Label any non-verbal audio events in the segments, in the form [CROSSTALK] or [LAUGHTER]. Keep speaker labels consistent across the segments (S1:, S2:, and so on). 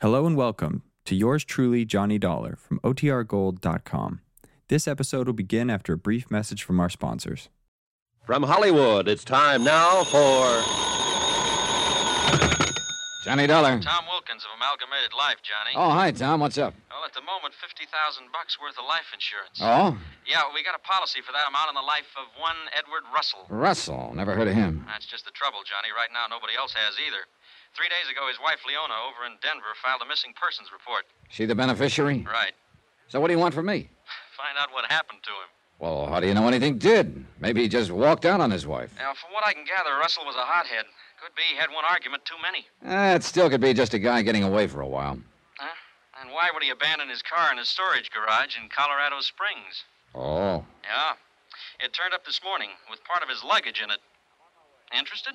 S1: Hello and welcome to yours truly, Johnny Dollar from OTRGold.com. This episode will begin after a brief message from our sponsors.
S2: From Hollywood, it's time now for.
S3: Johnny Dollar.
S4: [LAUGHS] Tom Wilkins of Amalgamated Life, Johnny.
S3: Oh, hi, Tom. What's up?
S4: Well, at the moment, 50000 bucks worth of life insurance.
S3: Oh,
S4: Yeah, we got a policy for that amount in the life of one Edward Russell.
S3: Russell. Never heard of him.
S4: That's just the trouble, Johnny. Right now, nobody else has either. Three days ago, his wife, Leona, over in Denver, filed a missing persons report.
S3: She the beneficiary?
S4: Right.
S3: So what do you want from me?
S4: Find out what happened to him.
S3: Well, how do you know anything did? Maybe he just walked out on his wife.
S4: Now, from what I can gather, Russell was a hothead. Could be he had one argument too many.
S3: Eh, it still could be just a guy getting away for a while.
S4: Huh? And why would he abandon his car in a storage garage in Colorado Springs?
S3: Oh.
S4: Yeah. It turned up this morning with part of his luggage in it. Interested?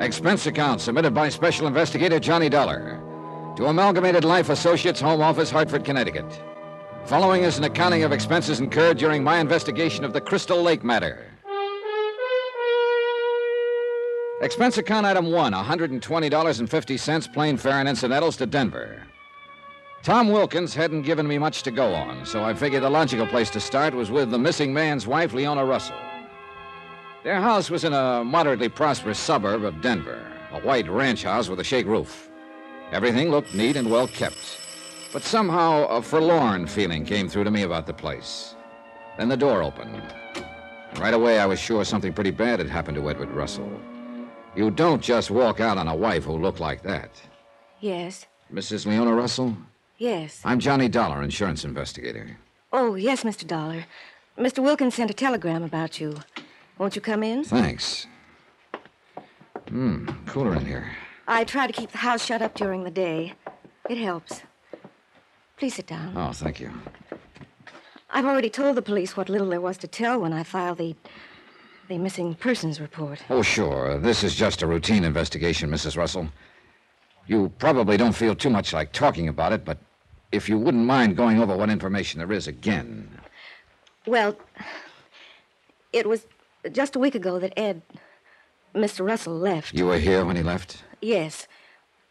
S3: Expense account submitted by Special Investigator Johnny Dollar to Amalgamated Life Associates, Home Office, Hartford, Connecticut. Following is an accounting of expenses incurred during my investigation of the Crystal Lake matter. Expense account item one $120.50, plane fare and incidentals to Denver. Tom Wilkins hadn't given me much to go on, so I figured the logical place to start was with the missing man's wife, Leona Russell. Their house was in a moderately prosperous suburb of Denver, a white ranch house with a shake roof. Everything looked neat and well kept, but somehow a forlorn feeling came through to me about the place. Then the door opened. Right away, I was sure something pretty bad had happened to Edward Russell. You don't just walk out on a wife who looked like that.
S5: Yes,
S3: Mrs. Leona Russell,
S5: yes.
S3: I'm Johnny Dollar, insurance investigator.
S5: Oh, yes, Mr. Dollar. Mr. Wilkins sent a telegram about you. Won't you come in?
S3: Thanks. Hmm, cooler in here.
S5: I try to keep the house shut up during the day. It helps. Please sit down.
S3: Oh, thank you.
S5: I've already told the police what little there was to tell when I filed the the missing persons report.
S3: Oh, sure. This is just a routine investigation, Mrs. Russell. You probably don't feel too much like talking about it, but if you wouldn't mind going over what information there is again.
S5: Well, it was just a week ago that Ed Mr. Russell left.
S3: You were here when he left?
S5: Yes.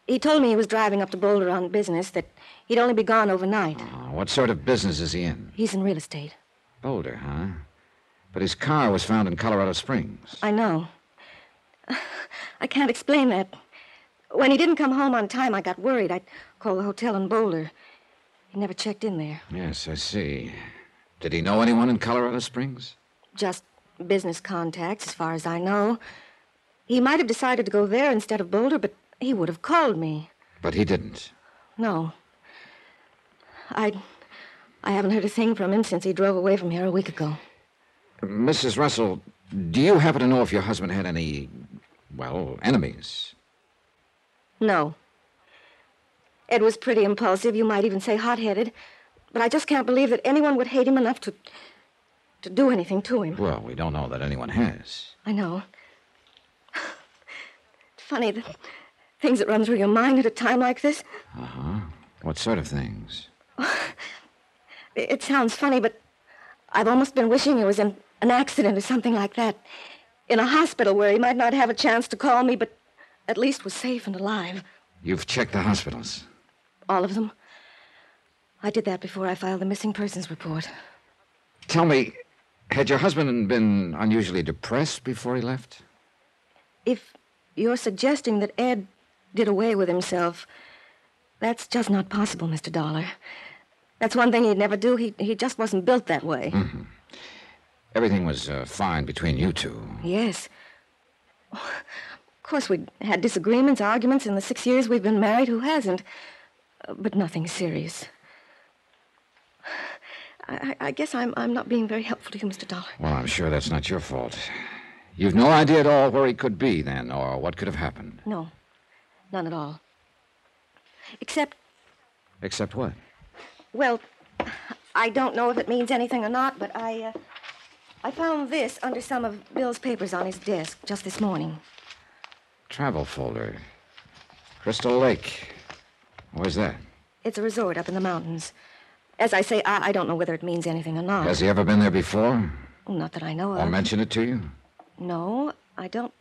S5: He told me he was driving up to Boulder on business that he'd only be gone overnight.
S3: Uh, what sort of business is he in?
S5: He's in real estate.
S3: Boulder, huh? But his car was found in Colorado Springs.
S5: I know. [LAUGHS] I can't explain that. When he didn't come home on time, I got worried. I called the hotel in Boulder. He never checked in there.
S3: Yes, I see. Did he know anyone in Colorado Springs?
S5: Just business contacts, as far as I know. He might have decided to go there instead of Boulder, but he would have called me.
S3: But he didn't.
S5: No. I. I haven't heard a thing from him since he drove away from here a week ago.
S3: Mrs. Russell, do you happen to know if your husband had any, well, enemies?
S5: No. Ed was pretty impulsive, you might even say hot headed, but I just can't believe that anyone would hate him enough to. to do anything to him.
S3: Well, we don't know that anyone has.
S5: I know. It's funny, the things that run through your mind at a time like this.
S3: What sort of things?
S5: It it sounds funny, but I've almost been wishing he was in an accident or something like that. In a hospital where he might not have a chance to call me, but at least was safe and alive.
S3: You've checked the hospitals.
S5: All of them. I did that before I filed the missing persons report.
S3: Tell me, had your husband been unusually depressed before he left?
S5: If you're suggesting that Ed did away with himself, that's just not possible, Mr. Dollar. That's one thing he'd never do. He, he just wasn't built that way.
S3: Everything was uh, fine between you two.
S5: Yes. Of course, we'd had disagreements, arguments in the six years we've been married. Who hasn't? Uh, But nothing serious. I, I I guess I'm, I'm not being very helpful to you, Mr. Dollar.
S3: Well, I'm sure that's not your fault. You've no idea at all where he could be then, or what could have happened.
S5: No, none at all. Except,
S3: Except what?
S5: well, I don't know if it means anything or not, but I, uh, I found this under some of Bill's papers on his desk just this morning.
S3: Travel folder. Crystal Lake. Where's that?
S5: It's a resort up in the mountains. As I say, I, I don't know whether it means anything or not.
S3: Has he ever been there before?
S5: Not that I know
S3: Or
S5: of.
S3: mentioned it to you?
S5: No, I don't.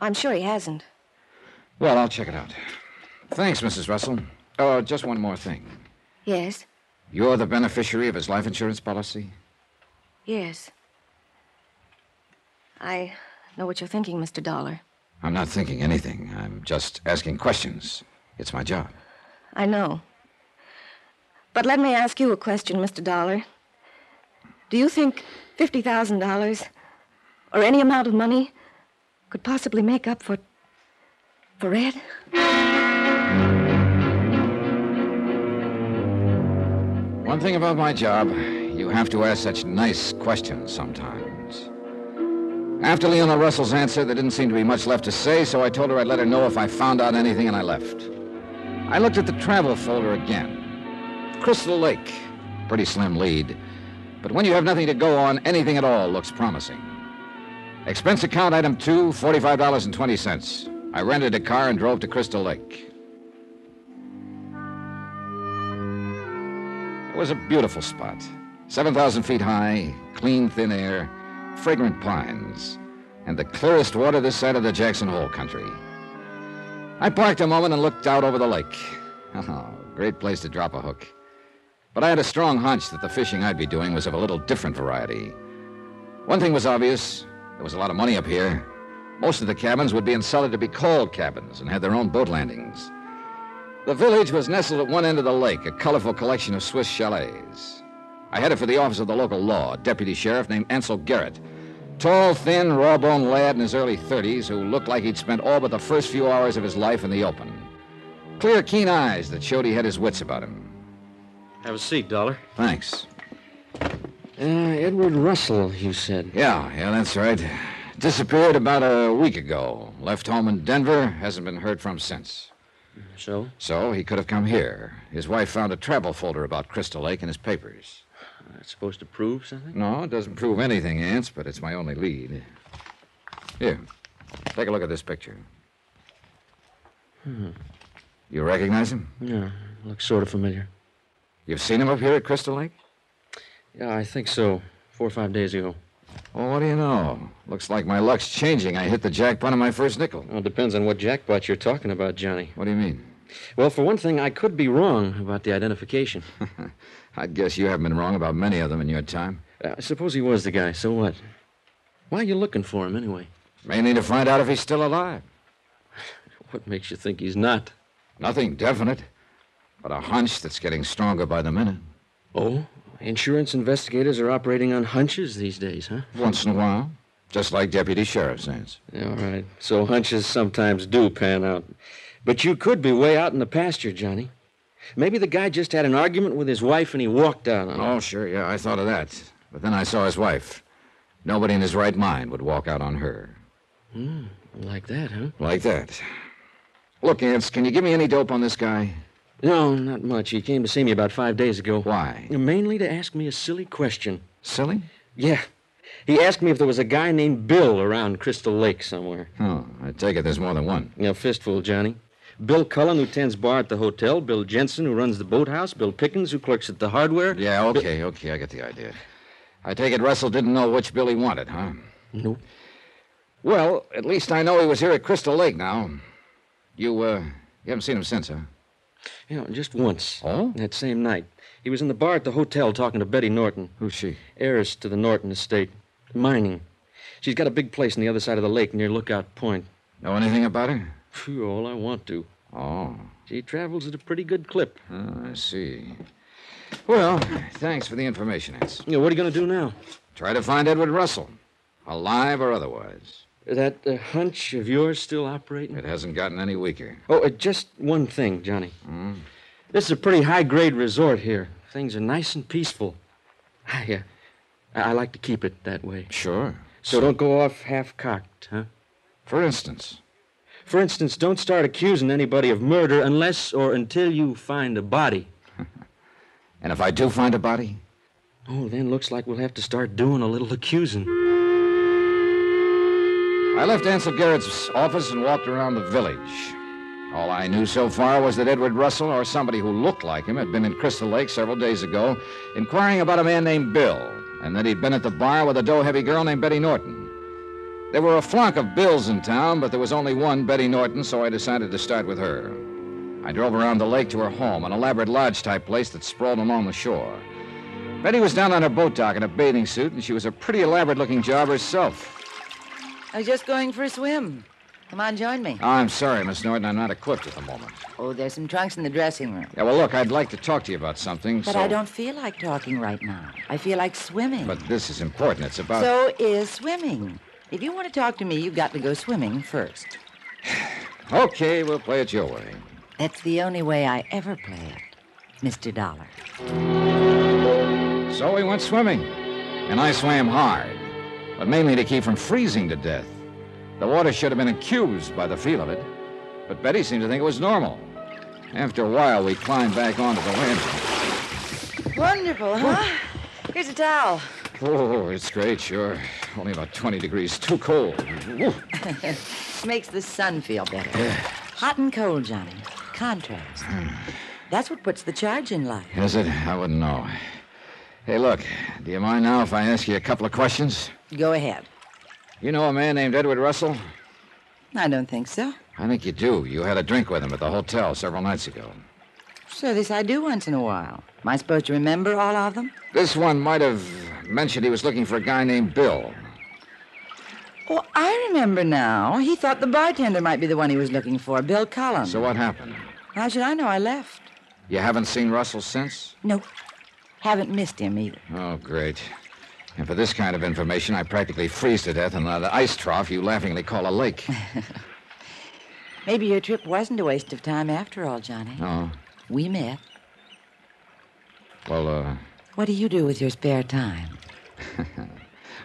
S5: I'm sure he hasn't.
S3: Well, I'll check it out. Thanks, Mrs. Russell. Oh, just one more thing.
S5: Yes,
S3: You're the beneficiary of his life insurance policy?
S5: yes. I know what you're thinking, Mr. Dollar.
S3: I'm not thinking anything. I'm just asking questions. It's my job.
S5: I know. But let me ask you a question, Mr. Dollar. Do you think $50,000 or any amount of money could possibly make up for. for Red?
S3: One thing about my job, you have to ask such nice questions sometimes. After Leona Russell's answer, there didn't seem to be much left to say, so I told her I'd let her know if I found out anything, and I left. I looked at the travel folder again. Crystal Lake. Pretty slim lead. But when you have nothing to go on, anything at all looks promising. Expense account item two, $45.20. I rented a car and drove to Crystal Lake. It was a beautiful spot. 7,000 feet high, clean, thin air, fragrant pines, and the clearest water this side of the Jackson Hole country. I parked a moment and looked out over the lake. [LAUGHS] Oh, great place to drop a hook. But I had a strong hunch that the fishing I'd be doing was of a little different variety. One thing was obvious there was a lot of money up here. Most of the cabins would be insulted to be called cabins and had their own boat landings. The village was nestled at one end of the lake, a colorful collection of Swiss chalets. I headed for the office of the local law, a deputy sheriff named Ansel Garrett. Tall, thin, raw-boned lad in his early 30s who looked like he'd spent all but the first few hours of his life in the open. Clear, keen eyes that showed he had his wits about him.
S6: Have a seat, Dollar.
S3: Thanks.
S6: Uh, Edward Russell, you said.
S3: Yeah, yeah, that's right. Disappeared about a week ago. Left home in Denver, hasn't been heard from since.
S6: So?
S3: So he could have come here. His wife found a travel folder about Crystal Lake in his papers.
S6: That's supposed to prove something?
S3: No, it doesn't prove anything, Ants, but it's my only lead. Here, take a look at this picture.
S6: Hmm.
S3: You recognize him?
S6: Yeah, looks sort of familiar.
S3: You've seen him up here at Crystal Lake?
S6: Yeah, I think so. Four or five days ago.
S3: Well, what do you know? Looks like my luck's changing. I hit the jackpot on my first nickel.
S6: Well, it depends on what jackpot you're talking about, Johnny.
S3: What do you mean?
S6: Well, for one thing, I could be wrong about the identification.
S3: I guess you haven't been wrong about many of them in your time.
S6: uh, suppose he was the guy, so what? Why are you looking for him anyway?
S3: Mainly to find out if he's still alive.
S6: What makes you think he's not?
S3: Nothing definite, but a hunch that's getting stronger by the minute.
S6: Oh, insurance investigators are operating on hunches these days, huh?
S3: Once in a while, just like deputy sheriff's ants.
S6: Yeah, all right. So hunches sometimes do pan out. But you could be way out in the pasture, Johnny. Maybe the guy just had an argument with his wife and he walked out on her.
S3: Oh, sure, yeah, I thought of that. But then I saw his wife. Nobody in his right mind would walk out on her.
S6: Like that, huh?
S3: Like that. Look, Ants, can you give me any dope on this guy?
S6: No, not much. He came to see me about five days ago.
S3: Why?
S6: Mainly to ask me a silly question.
S3: Silly?
S6: Yeah. He asked me if there was a guy named Bill around Crystal Lake somewhere.
S3: Oh, I take it there's more than one.
S6: You know, fistful, Johnny. Bill Cullen, who tends bar at the hotel, Bill Jensen, who runs the boathouse, Bill Pickens, who clerks at the hardware.
S3: Yeah, okay, okay, I get the idea. I take it Russell didn't know which Bill he wanted, huh?
S6: Nope.
S3: Well, at least I know he was here at Crystal Lake now. You, uh, you haven't seen him since, huh?
S6: You know, just once.
S3: Oh?
S6: That same night. He was in the bar at the hotel talking to Betty Norton,
S3: Who's she?
S6: heiress to the Norton estate. Mining. She's got a big place on the other side of the lake near Lookout Point.
S3: Know anything about her?
S6: Phew, all I want to.
S3: Oh,
S6: She travels at a pretty good clip.
S3: oh I see. Well, thanks for the information, Ants.
S6: You know, what are you going to do now?
S3: Try to find Edward Russell, alive or otherwise.
S6: That uh, hunch of yours still operating?
S3: It hasn't gotten any weaker.
S6: Oh, uh, just one thing, Johnny. This is a pretty high grade resort here. Things are nice and peaceful. I, uh, I I like to keep it that way.
S3: Sure.
S6: So don't go off half cocked, huh?
S3: For instance,
S6: For instance, don't start accusing anybody of murder unless or until you find a body.
S3: And if I do find a body?
S6: Oh, then looks like we'll have to start doing a little accusing.
S3: I left Ansel Garrett's office and walked around the village. All I knew so far was that Edward Russell, or somebody who looked like him, had been in Crystal Lake several days ago, inquiring about a man named Bill, and that he'd been at the bar with a dough heavy girl named Betty Norton. There were a flock of Bills in town, but there was only one Betty Norton, so I decided to start with her. I drove around the lake to her home, an elaborate lodge type place that sprawled along the shore. Betty was down on her boat dock in a bathing suit, and she was a pretty elaborate looking job herself.
S7: I was just going for a swim. Come on, join me.
S3: Oh, I'm sorry, Miss Norton. I'm not equipped at the moment.
S7: Oh, there's some trunks in the dressing room.
S3: Yeah, well, look, I'd like to talk to you about something.
S7: But
S3: so...
S7: I don't feel like talking right now. I feel like swimming.
S3: But this is important. It's about.
S7: so is swimming. If you want to talk to me, you've got to go swimming first.
S3: Okay, we'll play it your way.
S7: That's the only way I ever play it, Mr. Dollar.
S3: So we went swimming. And I swam hard, but mainly to keep from freezing to death. The water should have been accused by the feel of it, but Betty seemed to think it was normal. After a while, we climbed back onto the land.
S7: Wonderful, huh? Here's a towel.
S3: Oh, it's great, sure. Only about 20 degrees, too cold. Woo.
S7: Makes the sun feel better. Hot and cold, Johnny. Contrast. That's what puts the charge in life.
S3: Is it? I wouldn't know. Hey, look, do you mind now if I ask you a couple of questions?
S7: Go ahead.
S3: You know a man named Edward Russell?
S7: I don't think so.
S3: I think you do. You had a drink with him at the hotel several nights ago.
S7: Sure, this I do once in a while. Am I supposed to remember all of them?
S3: This one might have mentioned he was looking for a guy named Bill.
S7: Oh, I remember now. He thought the bartender might be the one he was looking for, Bill Collins.
S3: So what happened?
S7: How should I know I left?
S3: You haven't seen Russell since?
S7: Nope. Haven't missed him either.
S3: Oh, great. And for this kind of information, I practically freeze to death in that ice trough you laughingly call a lake.
S7: Maybe your trip wasn't a waste of time after all, Johnny.
S3: oh,
S7: We met.
S3: well, uh,
S7: What do you do with your spare time?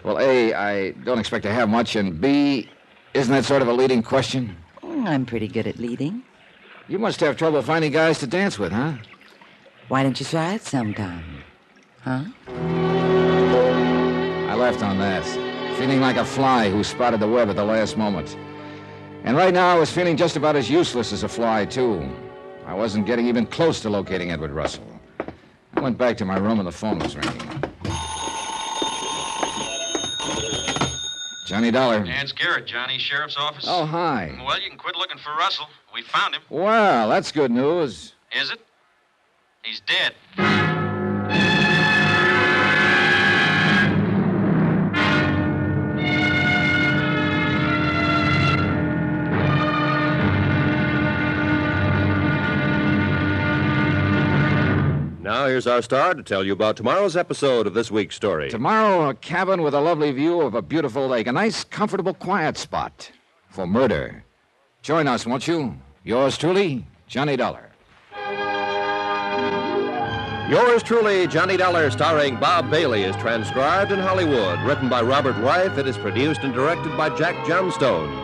S3: well, A, I don't expect to have much, and B, isn't that sort of a leading question?
S7: Mm, I'm pretty good at leading.
S3: You must have trouble finding guys to dance with, huh?
S7: Why don't you try it sometime? Huh?
S3: I left on that, feeling like a fly who spotted the web at the last moment. And right now, I was feeling just about as useless as a fly, too. I wasn't getting even close to locating Edward Russell. I went back to my room and the phone was ringing. Johnny Dollar.
S4: Yeah, it's Garrett, Johnny, Sheriff's Office.
S3: Oh, hi.
S4: Well, you can quit looking for Russell. We found him.
S3: Well, that's good news.
S4: Is it? He's dead.
S2: Now, here's our star to tell you about tomorrow's episode of this week's story.
S3: Tomorrow, a cabin with a lovely view of a beautiful lake, a nice, comfortable, quiet spot for murder. Join us, won't you? Yours truly, Johnny Dollar.
S2: Yours truly, Johnny Dollar, starring Bob Bailey, is transcribed in Hollywood. Written by Robert Reif, it is produced and directed by Jack Johnstone.